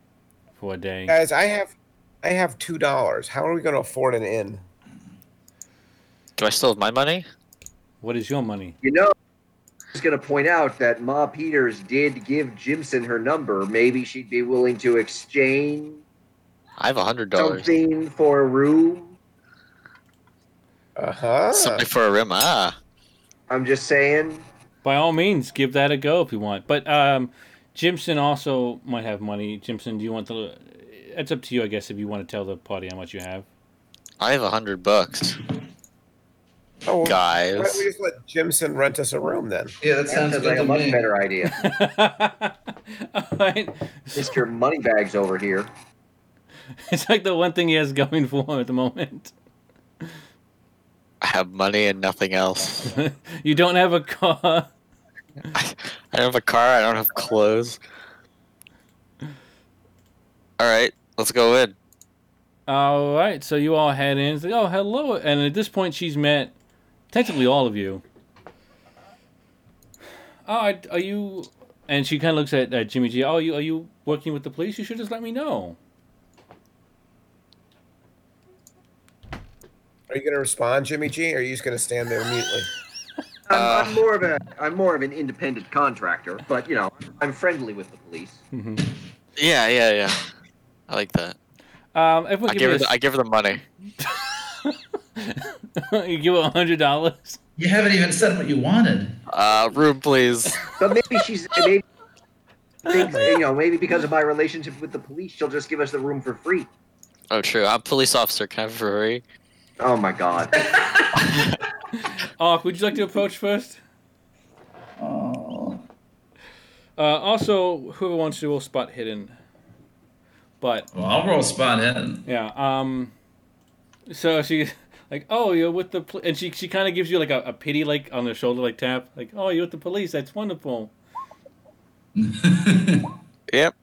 S3: for a day.
S2: Guys, I have, I have two dollars. How are we going to afford an inn?
S5: Do I still have my money?
S3: What is your money?
S1: You know, I was going to point out that Ma Peters did give Jimson her number. Maybe she'd be willing to exchange
S5: I have a hundred dollars.
S1: something for a room.
S2: Uh huh.
S5: Something for a rim. Ah,
S1: I'm just saying.
S3: By all means, give that a go if you want. But um, Jimson also might have money. Jimson, do you want to? It's up to you, I guess, if you want to tell the party how much you have.
S5: I have a hundred bucks,
S2: Oh, why don't
S5: guys.
S2: we just let Jimson rent us a room then?
S4: yeah, that
S1: That
S4: sounds
S1: sounds
S4: good
S1: like
S4: to
S1: a much
S4: me.
S1: better idea.
S3: all right.
S1: Mr. Moneybags over here.
S3: It's like the one thing he has going for him at the moment.
S5: I have money and nothing else.
S3: you don't have a car.
S5: I don't have a car. I don't have clothes. All right, let's go in.
S3: All right, so you all head in. It's like, oh, hello. And at this point, she's met technically all of you. Oh, I- are you? And she kind of looks at uh, Jimmy G. Oh, you are you working with the police? You should just let me know.
S2: Are you going to respond, Jimmy G? Or are you just going to stand there mutely?
S1: I'm,
S5: Uh.
S1: I'm more of a I'm more of an independent contractor, but you know I'm friendly with the police.
S3: hmm
S5: Yeah, yeah, yeah. I like that.
S3: Um, everyone,
S5: I
S3: give
S5: give her.
S3: me
S5: The, I give her the money.
S3: you give her a hundred dollars.
S4: You haven't even said what you wanted.
S5: Uh, room, please.
S1: But maybe she's maybe thinks, you know maybe because of my relationship with the police, she'll just give us the room for free.
S5: Oh, true. I'm a police officer. Can I have a Ferrari?
S1: Oh my god.
S3: Ark, would you like to approach first?
S4: Oh.
S3: Uh, also, whoever wants to will spot hidden. But
S4: Well, I'll roll spot hidden.
S3: Yeah. Um. So she's like, "Oh, you're with the," pol-, and she she kind of gives you like a, a pity like on the shoulder like tap, like, "Oh, you're with the police. That's wonderful."
S5: Yep.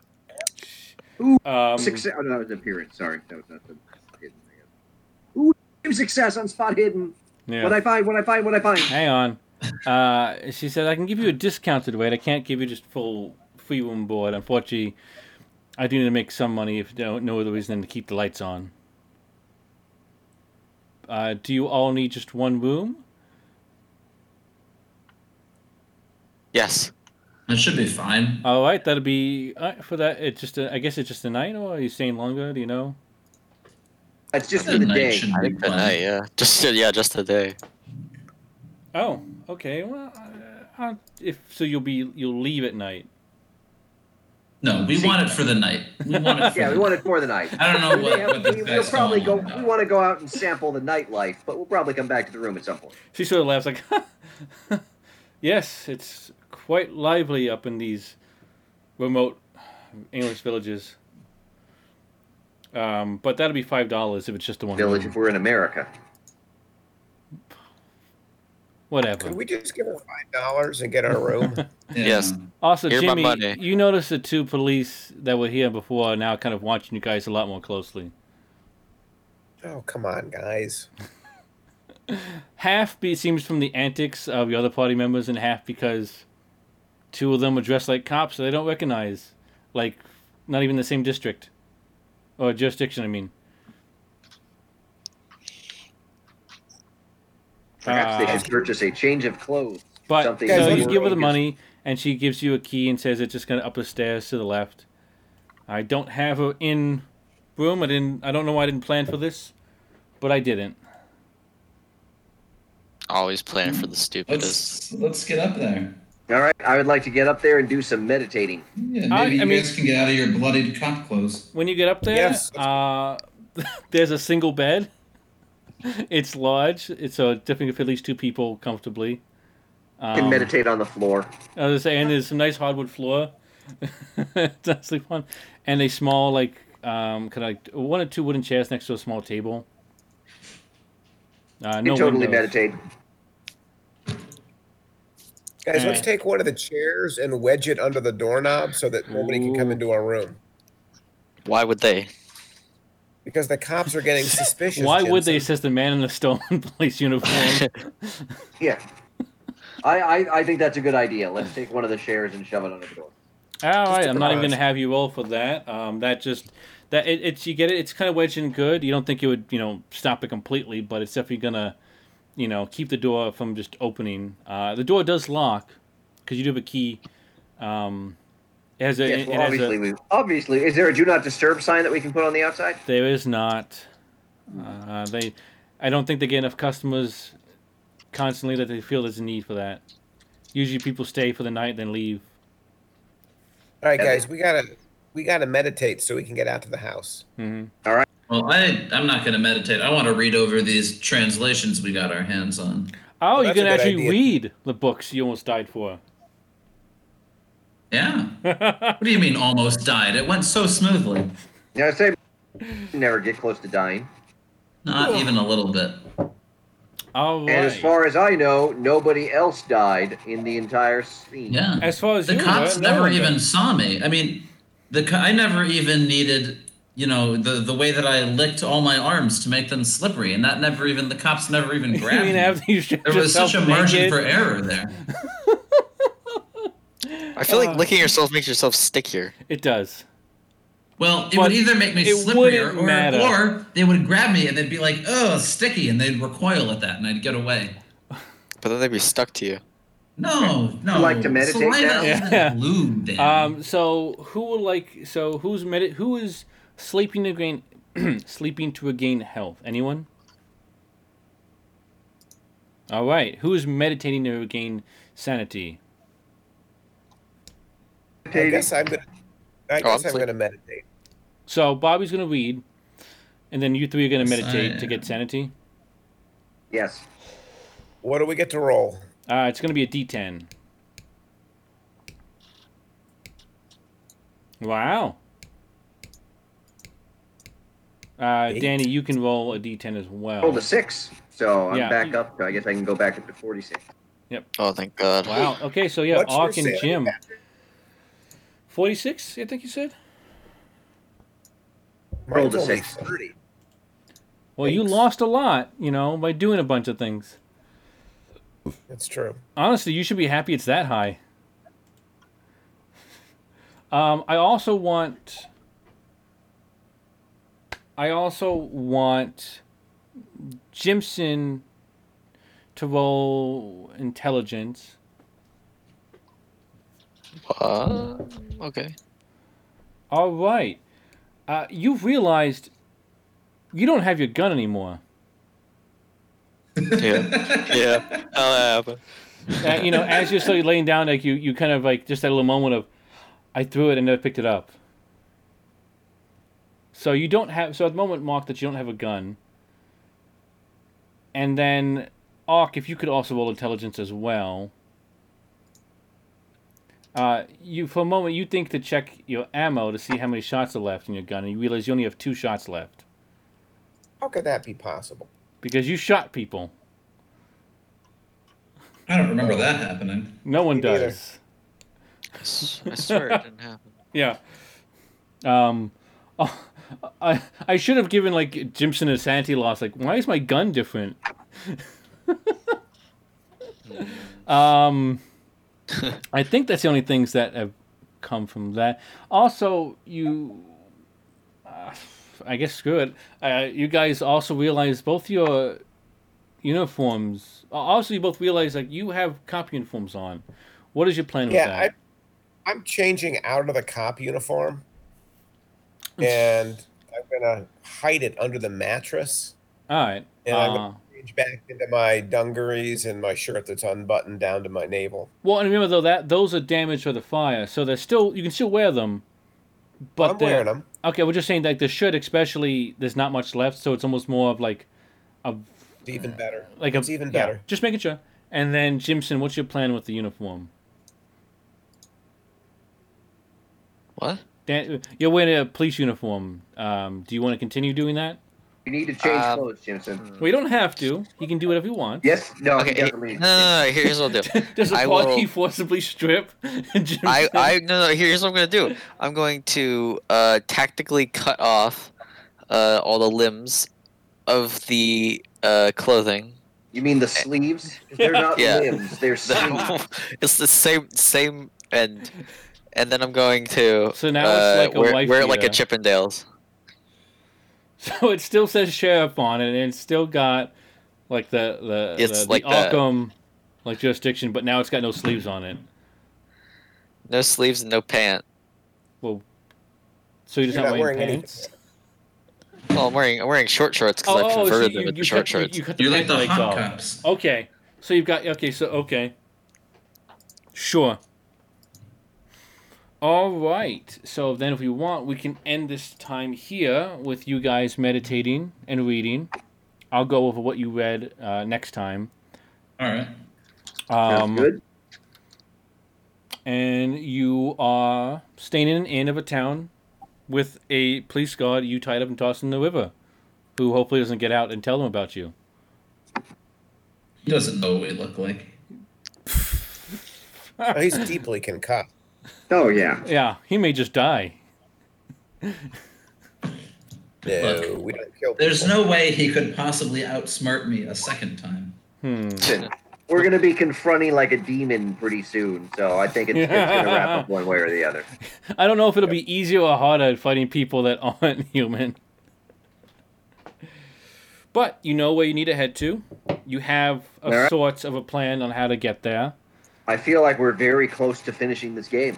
S3: Um,
S1: Success. Oh, no, that was appearance. Sorry, that was not the spot hidden. I guess. Ooh, success on spot hidden.
S3: yeah.
S1: What I find, what I find, what I find.
S3: Hang on. Uh, she said, "I can give you a discounted rate. I can't give you just full free room board. Unfortunately, I do need to make some money if no no other reason than to keep the lights on." Uh, do you all need just one room?
S5: Yes.
S4: That should be fine.
S3: All right, that'll be all right, for that. It's just a, I guess it's just a night, or are you staying longer? Do you know?
S1: It's just for
S4: The
S1: the
S4: night
S1: day.
S4: should
S5: I
S4: be
S5: think the
S4: fine.
S5: night, yeah. Just uh, yeah, just the day.
S3: Oh, okay. Well, uh, uh, if so, you'll be you'll leave at night.
S4: No, we want it for the night. We want it for
S1: Yeah,
S4: the
S1: we want it for the night.
S4: I don't know what,
S1: Yeah,
S4: what this
S1: we,
S4: guy's
S1: will probably go.
S4: going on
S1: We
S4: about.
S1: want to go out and sample the nightlife, but we'll probably come back to the room at some point.
S3: She sort of laughs like, "Yes, it's quite lively up in these remote English villages." Um, but that'll be five dollars if it's just the one
S1: Village,
S3: room.
S1: if we're in America.
S3: Whatever.
S2: Could we just give her five dollars and get our room?
S4: Yeah.
S5: Yes.
S3: Also,
S5: Hear my
S3: Jimmy,
S5: money.
S3: you noticed the two police that were here before are now kind of watching you guys a lot more closely.
S2: oh come on, guys.
S3: Half be seems from the antics of the other party members, and half because two of them are dressed like cops that they don't recognize, like not even the same district or jurisdiction. I mean,
S1: Perhaps they
S3: Ah.
S1: should purchase a change of clothes.
S3: but
S1: Something
S3: so
S2: is
S3: you give her the
S1: working.
S3: money, and she gives you a key and says it's just gonna up the stairs to the left. I don't have her in room. I didn't. I don't know why I didn't plan for this, but I didn't.
S5: Always planning for the
S4: Let's
S5: stupidest.
S4: let's get up there.
S1: All right, I would like to get up there and do some meditating.
S4: Yeah, maybe
S3: I-
S4: you
S3: I mean-
S4: guys can get out of your bloodied cop clothes.
S3: When you get up there,
S2: Yes, that's
S3: uh, there's a single bed. It's large. It's uh, definitely for at least two people comfortably. Um,
S1: Can meditate on the floor.
S3: I was saying there's some nice hardwood floor. it's actually fun, and a small like um, kind of like one or two wooden chairs next to a small table. Uh,
S1: You
S3: no
S1: totally
S3: windows.
S1: meditate.
S2: Guys, let's
S3: Alright.
S2: take one of the chairs and wedge it under the doorknob so that nobody can come
S3: Ooh.
S2: into our room.
S5: Why would they?
S2: Because the cops are getting suspicious.
S3: Why would they?
S2: Jensen.
S3: Says the man in the stone police uniform.
S1: Yeah. I, I, I think that's a good idea. Let's take one of the shares and shove it under the door.
S3: All right,
S2: to
S3: I'm not
S2: provide.
S3: even gonna have you roll for that. Um, that just that it, it's you get it. It's kind of wedged in good. You don't think it would you know stop it completely, but it's definitely gonna you know keep the door from just opening. Uh, the door does lock because you do have a key. Um, it has a,
S1: Yes,
S3: it
S1: well,
S3: has a-
S1: obviously, we, obviously, is there a do not disturb sign that we can put on the outside?
S3: there is not. Uh, they, I don't think they get enough customers constantly that they feel there's a need for that. Usually, people stay for the night then leave.
S2: All right, guys, we gotta we gotta meditate so we can get out to the house.
S3: hmm
S4: Well, I I'm not gonna meditate. I want to read over these translations we got our hands on.
S3: Oh, you
S2: that's a
S3: can
S2: good
S3: actually
S2: idea.
S3: read the books you almost died for.
S4: Yeah. What do you mean almost died? It went so smoothly.
S1: Yeah, I say never get close to dying.
S4: Not even a little bit.
S3: All right.
S1: And as far as I know, nobody else died in the entire scene.
S4: Yeah.
S3: As far as
S4: the
S3: you
S4: cops
S3: know, no
S4: never
S3: one
S4: even
S3: does.
S4: saw me. I mean, the co- I never even needed, you know, the the way that I licked all my arms to make them slippery, and that never even the cops never even
S3: You
S4: grabbed
S3: mean
S4: me.
S3: after you stripped
S4: there was such a
S3: yourself
S4: margin
S3: naked?
S4: for error there.
S5: I feel
S3: Uh.
S5: like licking yourself makes yourself stickier.
S3: It does.
S4: Well, it
S3: But
S4: would either make me
S3: it
S4: slipperier,
S3: wouldn't
S4: or,
S3: matter.
S4: or they would grab me and they'd be like, "Oh, sticky," and they'd recoil at that, and I'd get away.
S5: But then they'd be stuck to you.
S4: No, no.
S1: like to meditate
S4: Saliva
S1: now?
S4: isn't
S3: Yeah.
S4: glue, Dan.
S3: Um. So who will like? So who's medi- Who is sleeping to gain? sleeping to regain health. Anyone? All right. Who is meditating to regain sanity?
S2: I guess I'm gonna I guess I'm
S5: Obviously.
S2: gonna meditate.
S3: So Bobby's gonna read, and then you three are gonna
S4: Yes, I
S3: meditate to
S4: am.
S3: get sanity.
S1: Yes.
S2: What do we get to roll?
S3: Uh, it's gonna be a D10. Wow. Uh,
S2: Eight.
S3: Danny, you can roll a D10 as well.
S1: Rolled a six, so I'm
S3: Yeah.
S1: back up. So I guess I can go back up to 46.
S5: Oh, thank God.
S3: Wow. Okay, so yeah,
S2: What's your
S3: Ark and
S2: sanity,
S3: Jim.
S2: Patrick?
S3: 46, I think you said?
S1: Roll
S2: Mine's
S1: the
S2: only
S1: six.
S2: 30.
S3: Well, you
S2: Thanks.
S3: lost a lot, you know, by doing a bunch of things.
S2: That's true.
S3: Honestly, you should be happy it's that high. Um, I also want. I also want Jimson to roll intelligence.
S5: Uh, okay.
S3: All right. Uh, you've realized you don't have your gun anymore.
S5: Yeah. Yeah. How that happened?
S3: Uh, you know, as you're slowly laying down, like you, you kind of like just that little moment of, I threw it and never picked it up. So you don't have. So at the moment, mark that you don't have a gun. And then, Ark, if you could also roll intelligence as well. Uh, you for a moment you think to check your ammo to see how many shots are left in your gun, and you realize you only have two shots left
S2: How could that be possible?
S3: because you shot people.
S4: I don't remember that happening.
S3: No one
S2: Me neither.
S3: does.
S5: I s- I swear it didn't happen.
S3: Yeah. Um, I I should have given like Jimson a sanity loss. Like, why is my gun different? um, I think that's the only things that have come from that. Also, you, uh, I guess, screw it. Uh, you guys also realize both your uniforms. uh, Also, you both realize like you have cop uniforms on. What is your plan with
S2: Yeah,
S3: that?
S2: I, I'm changing out of the cop uniform, and I'm gonna hide it under the mattress,
S3: All right.
S2: and I'm
S3: Uh,
S2: gonna change back into my dungarees and my shirt that's unbuttoned down to my navel.
S3: Well, and remember though that those are damaged by the fire, so they're still you can still wear them. But
S2: I'm
S3: they're-
S2: wearing them.
S3: Okay, we're just saying like the shirt, especially there's not much left, so it's almost more of like a
S2: It's even better.
S3: like
S2: it's
S3: a,
S2: even
S3: yeah,
S2: better.
S3: just making sure. And then Jimson, what's your plan with the uniform?
S5: What?
S3: Dan, you're wearing a police uniform. Um, do you want to continue doing that?
S1: You need to change
S5: Um,
S1: clothes, Jimson.
S3: Well, you don't have to. You can do whatever you want.
S1: Yes, no, he
S5: Okay. uh, No,
S1: definitely.
S5: no, no, Here's what I'll do.
S3: Does
S5: I
S3: a quality
S5: will-
S3: forcibly strip? Jimson?
S5: I, I no, no here's what I'm gonna do. I'm going to uh, tactically cut off uh, all the limbs of the uh, clothing.
S1: You mean the sleeves? They're not
S5: Yeah.
S1: limbs. They're sleeves.
S5: it's the same same end, and then I'm going to
S3: So now
S5: uh,
S3: it's like a
S5: wear,
S3: wife
S5: wear it like a
S3: beater.
S5: Chippendales.
S3: So it still says sheriff on it, and it's still got like the the,
S5: It's
S3: the,
S5: like
S3: the
S5: that.
S3: Arkham like jurisdiction, but now it's got no sleeves on it.
S5: No sleeves and no pant.
S3: So you're just
S2: You're
S3: not,
S2: not wearing
S3: wearing,
S2: anything.
S3: pants.
S5: Well, I'm wearing I'm wearing short shorts because
S3: oh,
S5: I've
S3: oh, so
S5: converted
S3: you,
S5: them
S3: you,
S5: into
S3: cut-
S5: short
S3: you-
S5: shorts.
S3: you cut the
S4: You're like
S3: pant
S4: the
S3: legs
S4: hot
S3: off.
S4: cops.
S3: Okay, so you've got okay, so okay, sure. All right. So then, if we want, we can end this time here with you guys meditating and reading. I'll go over what you read uh, next time.
S4: All right.
S1: Sounds
S3: Um,
S1: good.
S3: and you are staying in an inn of a town with a police guard you tied up and tossed in the river, who hopefully doesn't get out and tell them about you.
S4: He doesn't know what we look like.
S2: Oh, he's deeply concussed.
S1: Oh yeah.
S3: Yeah, he may just die.
S2: No,
S4: Look,
S2: we don't kill.
S4: There's
S2: people.
S4: no way he could possibly outsmart me a second time.
S3: Hmm.
S1: Listen, we're gonna be confronting like a demon pretty soon, so I think it's, it's gonna wrap up one way or the other.
S3: I don't know if it'll be easier or harder fighting people that aren't human. But you know where you need to head to. You have a
S1: Alright.
S3: sorts of a plan on how to get there.
S1: I feel like we're very close to finishing this game.